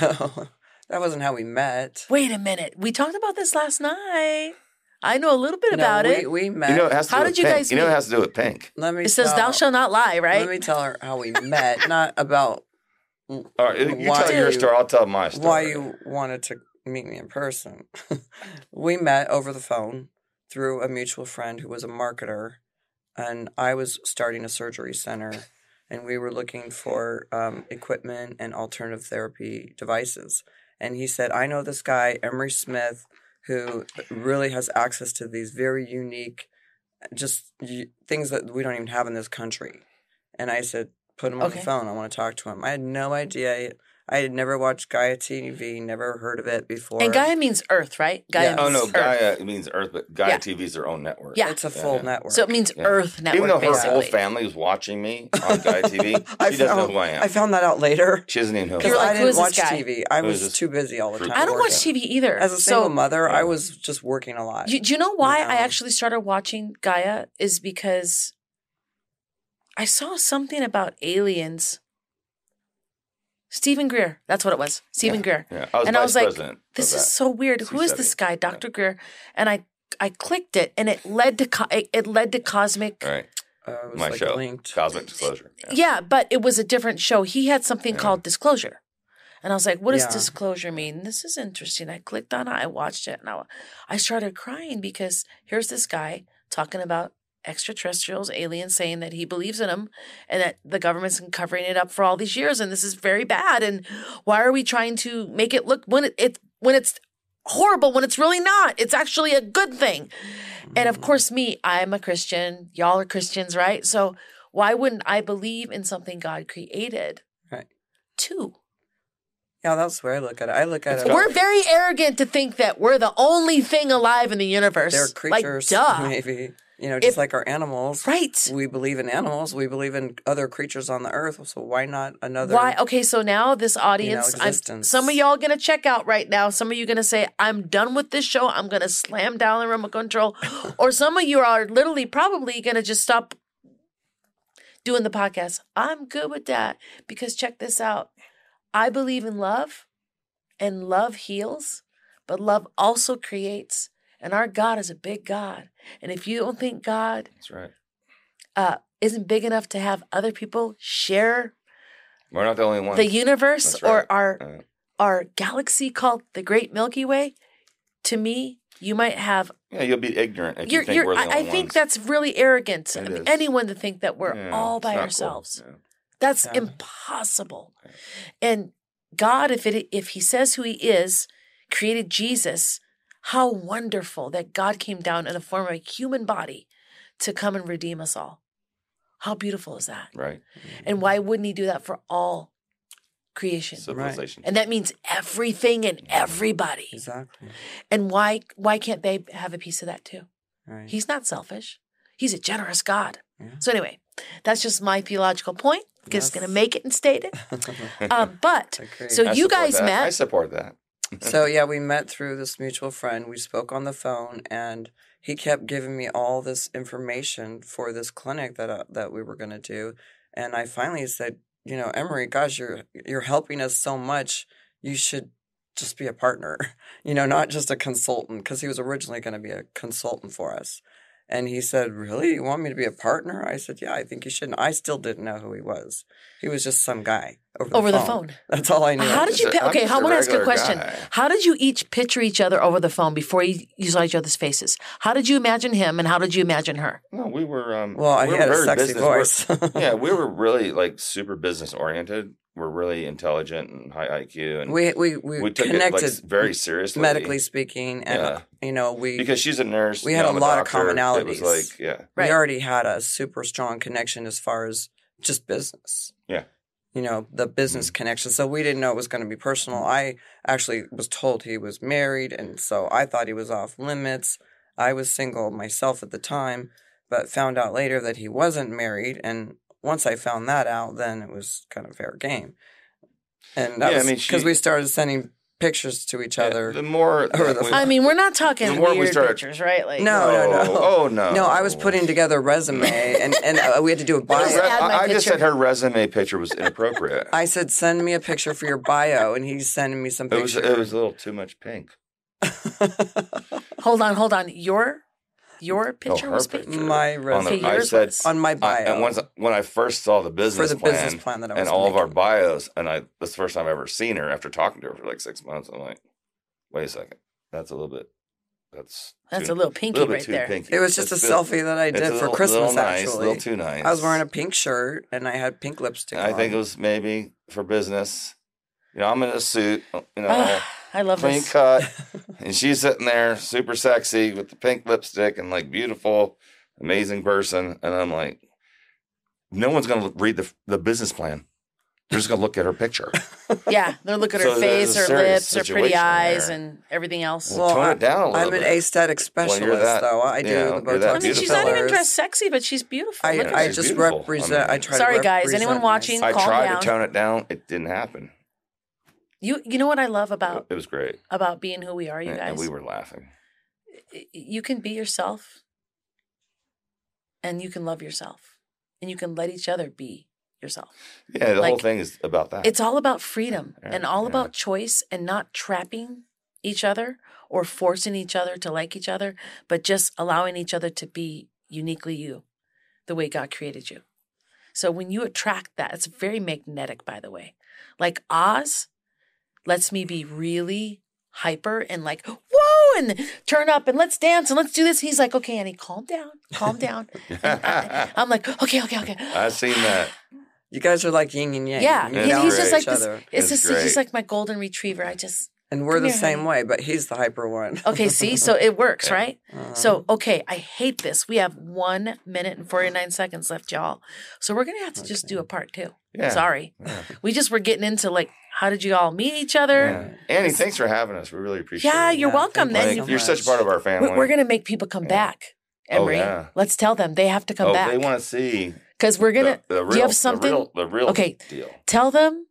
[SPEAKER 2] No, that wasn't how we met.
[SPEAKER 1] Wait a minute. We talked about this last night. I know a little bit
[SPEAKER 2] No,
[SPEAKER 1] about
[SPEAKER 2] we,
[SPEAKER 1] it.
[SPEAKER 2] We met.
[SPEAKER 3] You know, it has to
[SPEAKER 1] How
[SPEAKER 3] do
[SPEAKER 1] did
[SPEAKER 3] with
[SPEAKER 1] you
[SPEAKER 3] pink.
[SPEAKER 1] guys
[SPEAKER 3] You know, it
[SPEAKER 1] meet?
[SPEAKER 3] has to do with pink.
[SPEAKER 2] let me.
[SPEAKER 1] It says,
[SPEAKER 2] tell,
[SPEAKER 1] "Thou shalt not lie." Right?
[SPEAKER 2] Let me tell her how we met, not about
[SPEAKER 3] All right, you
[SPEAKER 2] Why
[SPEAKER 3] tell your
[SPEAKER 2] you-
[SPEAKER 3] story. I'll tell my story.
[SPEAKER 2] why you wanted to meet me in person. we met over the phone through a mutual friend who was a marketer, and I was starting a surgery center, and we were looking for um, equipment and alternative therapy devices. And he said, I know this guy, Emery Smith, who really has access to these very unique, just y- things that we don't even have in this country. And I said, put him on
[SPEAKER 1] Okay.
[SPEAKER 2] the phone. I want to talk to him. I had no idea. I had never watched Gaia TV, never heard of it before.
[SPEAKER 1] and Gaia means Earth, right? Gaia.
[SPEAKER 2] Yeah.
[SPEAKER 3] Oh
[SPEAKER 1] means
[SPEAKER 3] no,
[SPEAKER 1] Earth.
[SPEAKER 3] Gaia means Earth, but Gaia
[SPEAKER 1] Yeah.
[SPEAKER 3] TV is their own network.
[SPEAKER 1] Yeah.
[SPEAKER 2] It's a full
[SPEAKER 3] Yeah.
[SPEAKER 2] network.
[SPEAKER 1] So it means
[SPEAKER 3] Yeah.
[SPEAKER 1] Earth network,
[SPEAKER 3] Even though her
[SPEAKER 1] basically.
[SPEAKER 3] whole family was watching me on Gaia TV, she
[SPEAKER 2] I
[SPEAKER 3] doesn't know
[SPEAKER 2] found-
[SPEAKER 3] who I am.
[SPEAKER 2] I found that out later
[SPEAKER 3] she doesn't even know. Who
[SPEAKER 2] because
[SPEAKER 1] You're
[SPEAKER 3] I
[SPEAKER 1] like,
[SPEAKER 2] I
[SPEAKER 1] "Who is
[SPEAKER 2] didn't
[SPEAKER 1] this
[SPEAKER 2] watch
[SPEAKER 1] guy?"
[SPEAKER 2] TV. I
[SPEAKER 3] Who is
[SPEAKER 2] was,
[SPEAKER 3] this
[SPEAKER 2] too busy all the
[SPEAKER 3] freak?
[SPEAKER 2] time.
[SPEAKER 1] I don't watch
[SPEAKER 2] working.
[SPEAKER 1] TV either.
[SPEAKER 2] As a single
[SPEAKER 1] so,
[SPEAKER 2] mother,
[SPEAKER 3] Yeah.
[SPEAKER 2] I was just working a lot.
[SPEAKER 1] you, do you know why I
[SPEAKER 2] Yeah.
[SPEAKER 1] actually started watching Gaia? Is because I saw something about aliens. Stephen Greer. That's what it was. Stephen Greer.
[SPEAKER 3] am. Yeah, I was
[SPEAKER 1] And
[SPEAKER 3] vice
[SPEAKER 1] I was like,
[SPEAKER 3] president. of
[SPEAKER 1] This
[SPEAKER 3] that.
[SPEAKER 1] is so weird. Who is this
[SPEAKER 3] C70.
[SPEAKER 1] guy, Dr. Greer? And I I clicked it and it led to co- it, it led to cosmic
[SPEAKER 3] All right.
[SPEAKER 2] Uh, it was
[SPEAKER 3] My
[SPEAKER 2] like
[SPEAKER 3] show,
[SPEAKER 2] linked.
[SPEAKER 3] Cosmic Disclosure. Yeah.
[SPEAKER 1] Yeah, but it was a different show. He had something
[SPEAKER 3] Yeah.
[SPEAKER 1] called Disclosure. And I was like, what does
[SPEAKER 2] Yeah.
[SPEAKER 1] disclosure mean? This is interesting. I clicked on it, I watched it, and I, I started crying because here's this guy talking about extraterrestrials, aliens, saying that he believes in them and that the government's been covering it up for all these years. And this is very bad. And why are we trying to make it look when it, it when it's horrible when it's really not it's actually a good thing and
[SPEAKER 2] Mm.
[SPEAKER 1] of course me i'm a christian y'all are christians right so why wouldn't i believe in something god created
[SPEAKER 2] Right.
[SPEAKER 1] too
[SPEAKER 2] Yeah, that's where I look at it. I look at
[SPEAKER 3] It's
[SPEAKER 2] it.
[SPEAKER 3] got-
[SPEAKER 1] we're very arrogant to think that we're the only thing alive in the universe
[SPEAKER 2] They're creatures,
[SPEAKER 1] like duh
[SPEAKER 2] maybe. You know, just
[SPEAKER 1] If-
[SPEAKER 2] like our animals.
[SPEAKER 1] right
[SPEAKER 2] We believe in animals. We believe in other creatures on the earth. So why not another?
[SPEAKER 1] why okay so now this audience I'm,
[SPEAKER 2] existence.
[SPEAKER 1] some of y'all gonna check out right now some of you gonna say i'm done with this show i'm gonna slam down the remote control or some of you are literally probably gonna just stop doing the podcast i'm good with that because check this out i believe in love and love heals but love also creates And our God is a big God. And if you don't think God
[SPEAKER 3] That's right.
[SPEAKER 1] uh, isn't big enough to have other people share
[SPEAKER 3] We're not the only ones.
[SPEAKER 1] the universe
[SPEAKER 3] That's right.
[SPEAKER 1] or our
[SPEAKER 3] Uh,
[SPEAKER 1] our galaxy called the Great Milky Way, to me, you might have.
[SPEAKER 3] yeah, you'll be ignorant if you
[SPEAKER 1] You're,
[SPEAKER 3] think
[SPEAKER 1] you're,
[SPEAKER 3] we're the
[SPEAKER 1] I,
[SPEAKER 3] only
[SPEAKER 1] I think
[SPEAKER 3] ones.
[SPEAKER 1] that's really arrogant
[SPEAKER 3] It
[SPEAKER 1] of
[SPEAKER 3] is.
[SPEAKER 1] anyone to think that we're
[SPEAKER 3] Yeah,
[SPEAKER 1] all
[SPEAKER 3] it's
[SPEAKER 1] by
[SPEAKER 3] not cool.
[SPEAKER 1] ourselves.
[SPEAKER 3] Yeah.
[SPEAKER 1] That's
[SPEAKER 2] Yeah.
[SPEAKER 1] impossible.
[SPEAKER 3] Yeah.
[SPEAKER 1] And God, if it if He says who He is, created Jesus, how wonderful that God came down in the form of a human body to come and redeem us all. How beautiful is that?
[SPEAKER 3] Right. Mm-hmm.
[SPEAKER 1] And why wouldn't He do that for all creation?
[SPEAKER 3] Civilization.
[SPEAKER 1] and that means everything and everybody.
[SPEAKER 2] Exactly.
[SPEAKER 1] And why why can't they have a piece of that too?
[SPEAKER 2] Right.
[SPEAKER 1] He's not selfish. He's a generous God.
[SPEAKER 2] Yeah.
[SPEAKER 1] So anyway, that's just my theological point. Just
[SPEAKER 2] Yes.
[SPEAKER 1] gonna make it and state it. Um, but
[SPEAKER 2] Agreed.
[SPEAKER 1] so
[SPEAKER 3] I
[SPEAKER 1] you
[SPEAKER 3] support
[SPEAKER 1] guys
[SPEAKER 3] that. I
[SPEAKER 1] met.
[SPEAKER 3] support that.
[SPEAKER 2] so yeah, we met through this mutual friend. We spoke on the phone, and he kept giving me all this information for this clinic that uh, that we were going to do. And I finally said, you know, Emery, gosh, you're you're helping us so much. You should just be a partner, you know, not just a consultant, because he was originally going to be a consultant for us. And he said, "Really, you want me to be a partner?" I said, "Yeah, I think you should." And I still didn't know who he was. He was just some guy over the
[SPEAKER 1] Over the
[SPEAKER 2] phone.
[SPEAKER 1] phone.
[SPEAKER 2] That's all I knew.
[SPEAKER 1] How did
[SPEAKER 3] just
[SPEAKER 1] you?
[SPEAKER 3] a-
[SPEAKER 1] Pe-
[SPEAKER 3] I'm
[SPEAKER 1] okay,
[SPEAKER 3] just
[SPEAKER 1] I
[SPEAKER 3] a
[SPEAKER 1] want to ask you a
[SPEAKER 3] regular
[SPEAKER 1] question.
[SPEAKER 3] guy.
[SPEAKER 1] How did you each picture each other over the phone before you, you saw each other's faces? How did you imagine him and how did you imagine her?
[SPEAKER 3] No, we were. Um,
[SPEAKER 2] Well,
[SPEAKER 3] we
[SPEAKER 2] he
[SPEAKER 3] were
[SPEAKER 2] had a
[SPEAKER 3] very
[SPEAKER 2] sexy
[SPEAKER 3] business- we're-
[SPEAKER 2] voice.
[SPEAKER 3] yeah, we were really like super business oriented. We're really intelligent and high IQ, and
[SPEAKER 2] we we we,
[SPEAKER 3] we took
[SPEAKER 2] connected
[SPEAKER 3] it like very seriously.
[SPEAKER 2] medically speaking, and
[SPEAKER 3] Yeah.
[SPEAKER 2] you know we
[SPEAKER 3] because she's a nurse.
[SPEAKER 2] we
[SPEAKER 3] you
[SPEAKER 2] had
[SPEAKER 3] know,
[SPEAKER 2] a
[SPEAKER 3] I'm
[SPEAKER 2] lot of
[SPEAKER 3] doctor. It was
[SPEAKER 2] commonalities.
[SPEAKER 3] like, yeah,
[SPEAKER 2] we
[SPEAKER 1] Right.
[SPEAKER 2] already had a super strong connection as far as just business.
[SPEAKER 3] Yeah. Mm-hmm.
[SPEAKER 2] You know, the business connection. So we didn't know it was going to be personal. I actually was told he was married and so I thought he was off limits. I was single myself at the time, but found out later that he wasn't married and once I found that out, then it was kind of fair game. And that
[SPEAKER 3] Yeah, I
[SPEAKER 2] was
[SPEAKER 3] mean,
[SPEAKER 2] because
[SPEAKER 3] she-
[SPEAKER 2] we started sending pictures to each other.
[SPEAKER 3] The more
[SPEAKER 2] Over the
[SPEAKER 3] we-
[SPEAKER 1] I mean, we're not talking
[SPEAKER 3] The more we
[SPEAKER 1] weird
[SPEAKER 3] started-
[SPEAKER 1] pictures, right? Like
[SPEAKER 2] No, no, no.
[SPEAKER 3] Oh, oh, no,
[SPEAKER 2] No, I was putting together a resume, and and uh, we had to do a
[SPEAKER 3] Her
[SPEAKER 1] Let me
[SPEAKER 3] re-
[SPEAKER 2] bio.
[SPEAKER 1] add my
[SPEAKER 3] I, I just said
[SPEAKER 1] picture.
[SPEAKER 3] her resume picture was inappropriate.
[SPEAKER 2] I said, "Send me a picture for your bio," and he's sending me some
[SPEAKER 3] it was
[SPEAKER 2] pictures.
[SPEAKER 3] it was a little too much pink.
[SPEAKER 1] Hold on, hold on. Your your picture
[SPEAKER 3] her
[SPEAKER 1] was
[SPEAKER 3] picture.
[SPEAKER 1] picture.
[SPEAKER 2] my
[SPEAKER 3] On the-
[SPEAKER 2] resume
[SPEAKER 1] Okay,
[SPEAKER 3] I
[SPEAKER 1] yours
[SPEAKER 3] said-
[SPEAKER 1] was-
[SPEAKER 2] on my
[SPEAKER 3] I,
[SPEAKER 2] bio
[SPEAKER 3] and once when I first saw the
[SPEAKER 2] uh, for
[SPEAKER 3] business
[SPEAKER 2] the
[SPEAKER 3] plan,
[SPEAKER 2] business plan that I was
[SPEAKER 3] and all of our
[SPEAKER 2] making.
[SPEAKER 3] bios, and I that's the first time I've ever seen her after talking to her for like six months. I'm like, wait a second, that's a little bit. That's
[SPEAKER 1] That's
[SPEAKER 3] too-
[SPEAKER 1] a little pinky
[SPEAKER 3] little bit
[SPEAKER 1] right
[SPEAKER 3] too
[SPEAKER 1] there.
[SPEAKER 3] pinky.
[SPEAKER 2] It was just a
[SPEAKER 3] That's
[SPEAKER 2] selfie that I
[SPEAKER 3] it's
[SPEAKER 2] did
[SPEAKER 3] a
[SPEAKER 2] for
[SPEAKER 3] little-
[SPEAKER 2] Christmas.
[SPEAKER 3] little nice, a
[SPEAKER 2] actually,
[SPEAKER 3] little too nice.
[SPEAKER 2] I was wearing a pink shirt and I had pink lipstick.
[SPEAKER 3] I think it
[SPEAKER 2] on.
[SPEAKER 3] was maybe for business. You know, I'm in a suit. You know.
[SPEAKER 1] Ah, I love
[SPEAKER 3] clean
[SPEAKER 1] this.
[SPEAKER 3] cut. and she's sitting there super sexy with the pink lipstick and like beautiful, amazing person. And I'm like, no one's going to read the, the business plan. They're just going to look at her picture.
[SPEAKER 1] Yeah, they're looking at
[SPEAKER 3] So
[SPEAKER 1] her
[SPEAKER 3] there's
[SPEAKER 1] face,
[SPEAKER 3] a
[SPEAKER 1] her
[SPEAKER 3] serious
[SPEAKER 1] lips, her pretty
[SPEAKER 3] situation
[SPEAKER 1] eyes,
[SPEAKER 3] there.
[SPEAKER 1] and everything else.
[SPEAKER 3] Well, Tone it down a little
[SPEAKER 2] I'm an
[SPEAKER 3] bit.
[SPEAKER 2] aesthetic
[SPEAKER 3] you're
[SPEAKER 2] specialist,
[SPEAKER 3] that-
[SPEAKER 2] though. I do
[SPEAKER 3] you know,
[SPEAKER 2] the
[SPEAKER 3] you're that
[SPEAKER 2] Botox.
[SPEAKER 1] I mean, she's not even dressed sexy, but she's beautiful.
[SPEAKER 2] I,
[SPEAKER 1] Look at
[SPEAKER 2] I
[SPEAKER 1] her.
[SPEAKER 3] She's
[SPEAKER 2] just
[SPEAKER 3] beautiful. I
[SPEAKER 2] represent. I,
[SPEAKER 3] mean-
[SPEAKER 2] try.
[SPEAKER 1] Sorry,
[SPEAKER 2] to
[SPEAKER 1] guys.
[SPEAKER 2] represent
[SPEAKER 1] Anyone watching?
[SPEAKER 3] I
[SPEAKER 1] Calm
[SPEAKER 3] tried
[SPEAKER 1] down.
[SPEAKER 3] to tone it down. It didn't happen.
[SPEAKER 1] you you know what I love about
[SPEAKER 3] It was great.
[SPEAKER 1] about being who we are, you
[SPEAKER 3] and,
[SPEAKER 1] guys.
[SPEAKER 3] and we were laughing.
[SPEAKER 1] you can be yourself, and you can love yourself, and you can let each other be yourself.
[SPEAKER 3] Yeah, the whole
[SPEAKER 1] Like,
[SPEAKER 3] thing is about that.
[SPEAKER 1] It's all about freedom
[SPEAKER 3] Yeah,
[SPEAKER 1] and all
[SPEAKER 3] yeah.
[SPEAKER 1] about choice and not trapping each other or forcing each other to like each other, but just allowing each other to be uniquely you, the way God created you. So when you attract that, it's very magnetic, by the way. Like Oz lets me be really hyper and like, whoa, and turn up and let's dance and let's do this. He's like, okay, Annie, calm down, calm down. I'm like, okay, okay, okay.
[SPEAKER 3] I've seen that.
[SPEAKER 2] You guys are like yin and yang.
[SPEAKER 1] Yeah,
[SPEAKER 2] You
[SPEAKER 3] and he's
[SPEAKER 2] balance
[SPEAKER 3] just
[SPEAKER 2] each
[SPEAKER 3] like
[SPEAKER 1] this-
[SPEAKER 2] other.
[SPEAKER 1] It's
[SPEAKER 3] It's
[SPEAKER 1] just he's
[SPEAKER 3] great.
[SPEAKER 1] like my golden retriever. I just
[SPEAKER 2] and we're
[SPEAKER 1] Come
[SPEAKER 2] the
[SPEAKER 1] here,
[SPEAKER 2] same
[SPEAKER 1] honey.
[SPEAKER 2] way, but he's the hyper one. Uh,
[SPEAKER 1] okay. See, so it works,
[SPEAKER 3] Yeah.
[SPEAKER 1] right? So
[SPEAKER 3] Uh-huh.
[SPEAKER 1] okay, I hate this. We have one minute and forty nine seconds left, y'all. So we're gonna have to just do a part two.
[SPEAKER 3] Yeah.
[SPEAKER 1] Sorry,
[SPEAKER 3] Yeah.
[SPEAKER 1] we just were getting into like how did you all meet each other?
[SPEAKER 3] Yeah. Annie, thanks for having us. We really appreciate
[SPEAKER 1] Yeah,
[SPEAKER 3] it.
[SPEAKER 1] you're
[SPEAKER 2] Yeah,
[SPEAKER 1] welcome.
[SPEAKER 2] thank
[SPEAKER 1] Then
[SPEAKER 2] you
[SPEAKER 3] Like,
[SPEAKER 1] you-
[SPEAKER 2] so
[SPEAKER 3] you're
[SPEAKER 2] much.
[SPEAKER 3] such part of our family.
[SPEAKER 1] we're, we're gonna make people come
[SPEAKER 3] Yeah.
[SPEAKER 1] back.
[SPEAKER 3] Oh,
[SPEAKER 1] Emery,
[SPEAKER 3] yeah.
[SPEAKER 1] let's tell them they have to come
[SPEAKER 3] oh,
[SPEAKER 1] back
[SPEAKER 3] They want to see
[SPEAKER 1] because we're gonna.
[SPEAKER 3] the, the real,
[SPEAKER 1] do you have
[SPEAKER 3] the
[SPEAKER 1] something?
[SPEAKER 3] real- The real,
[SPEAKER 1] Okay.
[SPEAKER 3] deal.
[SPEAKER 1] Tell them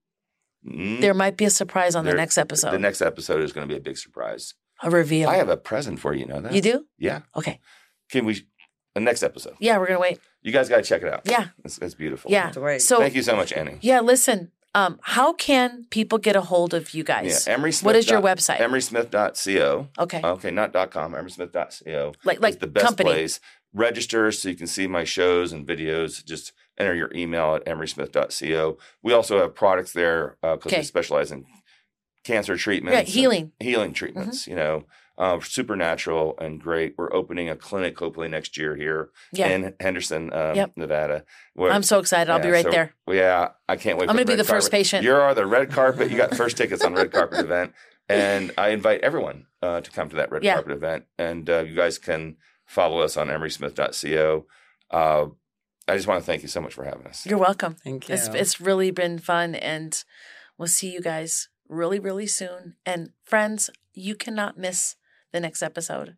[SPEAKER 3] Mm.
[SPEAKER 1] there might be a surprise on the
[SPEAKER 3] There-
[SPEAKER 1] next episode.
[SPEAKER 3] The next episode is going to be a big surprise.
[SPEAKER 1] a reveal.
[SPEAKER 3] I have a present for you. You know that?
[SPEAKER 1] you do?
[SPEAKER 3] Yeah.
[SPEAKER 1] Okay.
[SPEAKER 3] Can we? The next episode.
[SPEAKER 1] Yeah, we're gonna wait.
[SPEAKER 3] You guys got to check it out.
[SPEAKER 1] Yeah.
[SPEAKER 3] It's, it's beautiful.
[SPEAKER 1] Yeah.
[SPEAKER 2] Wait.
[SPEAKER 1] So
[SPEAKER 3] Thank you so much, Annie.
[SPEAKER 1] Yeah, listen, Um, how can people get a hold of you
[SPEAKER 3] Yeah,
[SPEAKER 1] guys?
[SPEAKER 3] Emery Smith.
[SPEAKER 1] what is your
[SPEAKER 3] dot-
[SPEAKER 1] website?
[SPEAKER 3] EmerySmith.co.
[SPEAKER 1] okay.
[SPEAKER 3] Okay, not dot .com, EmerySmith.co.
[SPEAKER 1] like
[SPEAKER 3] is
[SPEAKER 1] like
[SPEAKER 3] the best
[SPEAKER 1] company.
[SPEAKER 3] place. Register so you can see my shows and videos. Just enter your email at emerysmith.co. We also have products there because
[SPEAKER 1] Okay.
[SPEAKER 3] we specialize in cancer treatments,
[SPEAKER 1] Yeah,
[SPEAKER 3] and
[SPEAKER 1] healing. Mm-hmm.
[SPEAKER 3] healing treatments. You know, uh, supernatural and great. We're opening a clinic hopefully next year here
[SPEAKER 1] Yeah.
[SPEAKER 3] in Henderson, um,
[SPEAKER 1] Yep.
[SPEAKER 3] Nevada. Where,
[SPEAKER 1] I'm so excited. I'll be
[SPEAKER 3] yeah,
[SPEAKER 1] right
[SPEAKER 3] so-
[SPEAKER 1] there.
[SPEAKER 3] yeah, I can't wait.
[SPEAKER 1] I'm
[SPEAKER 3] for
[SPEAKER 1] gonna be
[SPEAKER 3] red
[SPEAKER 1] the first
[SPEAKER 3] carpet.
[SPEAKER 1] patient.
[SPEAKER 3] You are the red carpet. You got first tickets on red carpet event, and I invite everyone uh, to come to that red
[SPEAKER 1] Yeah.
[SPEAKER 3] carpet event. And uh, you guys can follow us on EmerySmith.co. Uh, I just want to thank you so much for having us.
[SPEAKER 1] You're welcome.
[SPEAKER 2] Thank you.
[SPEAKER 1] It's it's really been fun and we'll see you guys really, really soon. And friends, you cannot miss the next episode.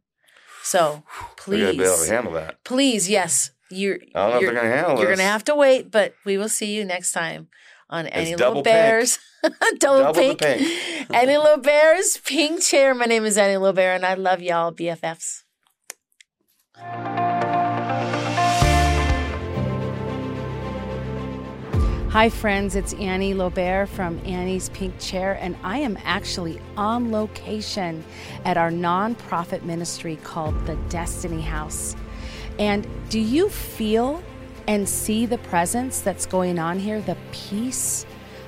[SPEAKER 1] So
[SPEAKER 3] We're gonna be able to
[SPEAKER 1] please
[SPEAKER 3] handle that.
[SPEAKER 1] please, yes. You're
[SPEAKER 3] I don't know
[SPEAKER 1] you're,
[SPEAKER 3] if they're gonna handle
[SPEAKER 1] you're
[SPEAKER 3] this.
[SPEAKER 1] gonna have to wait, but we will see you next time on Any
[SPEAKER 3] double
[SPEAKER 1] Little
[SPEAKER 3] pink.
[SPEAKER 1] Bears.
[SPEAKER 3] Double the pink.
[SPEAKER 1] Any Little Bears, Pink Chair. My name is Annie Little Bear and I love y'all, BFFs.
[SPEAKER 4] Hi, friends. It's Annie Lobert from Annie's Pink Chair, and I am actually on location at our nonprofit ministry called the Destiny House. And do you feel and see the presence that's going on here? The peace,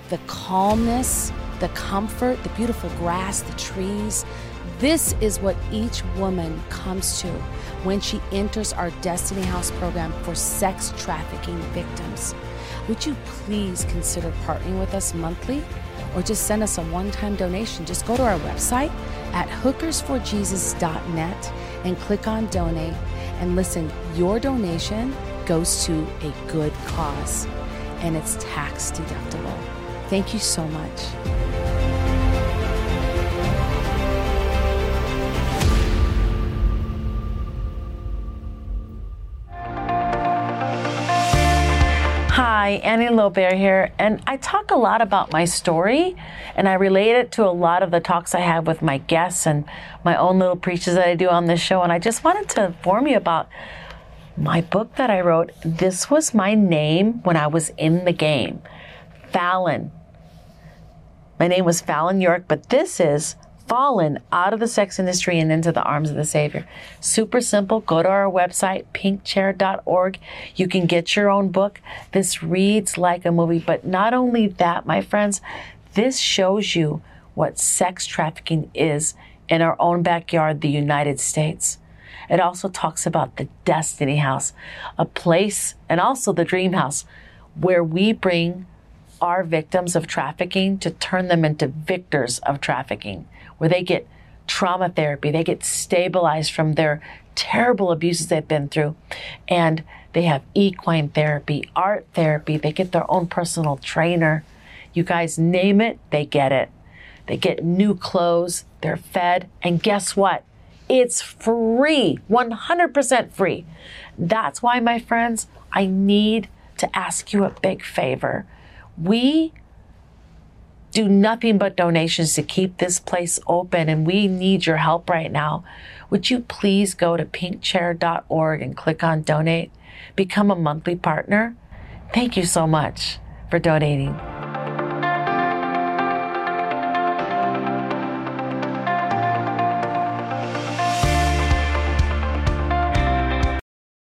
[SPEAKER 4] the calmness, the comfort, the beautiful grass, the trees. This is what each woman comes to when she enters our Destiny House program for sex trafficking victims. Would you please consider partnering with us monthly or just send us a one time donation? Just go to our website at hookersforjesus.net and click on donate. And listen, your donation goes to a good cause and it's tax deductible. Thank you so much.
[SPEAKER 1] Hi, Annie Lobert here, and I talk a lot about my story, and I relate it to a lot of the talks I have with my guests and my own little preaches that I do on this show. And I just wanted to inform you about my book that I wrote. This was my name when I was in the game Fallon. My name was Fallon York, but this is Fallen Out of the Sex Industry and Into the Arms of the Savior. Super simple. Go to our website, pinkchair.org. You can get your own book. This reads like a movie, but not only that, my friends, this shows you what sex trafficking is in our own backyard, the United States. It also talks about the Destiny House, a place, and also the Dream House, where we bring are victims of trafficking to turn them into victors of trafficking, where they get trauma therapy, they get stabilized from their terrible abuses they've been through, and they have equine therapy, art therapy, they get their own personal trainer. You guys name it, they get it. They get new clothes, they're fed, and guess what? It's free, 100% free. That's why, my friends, I need to ask you a big favor. We do nothing but donations to keep this place open, and we need your help right now. Would you please go to pinkchair.org and click on donate? Become a monthly partner. Thank you so much for donating.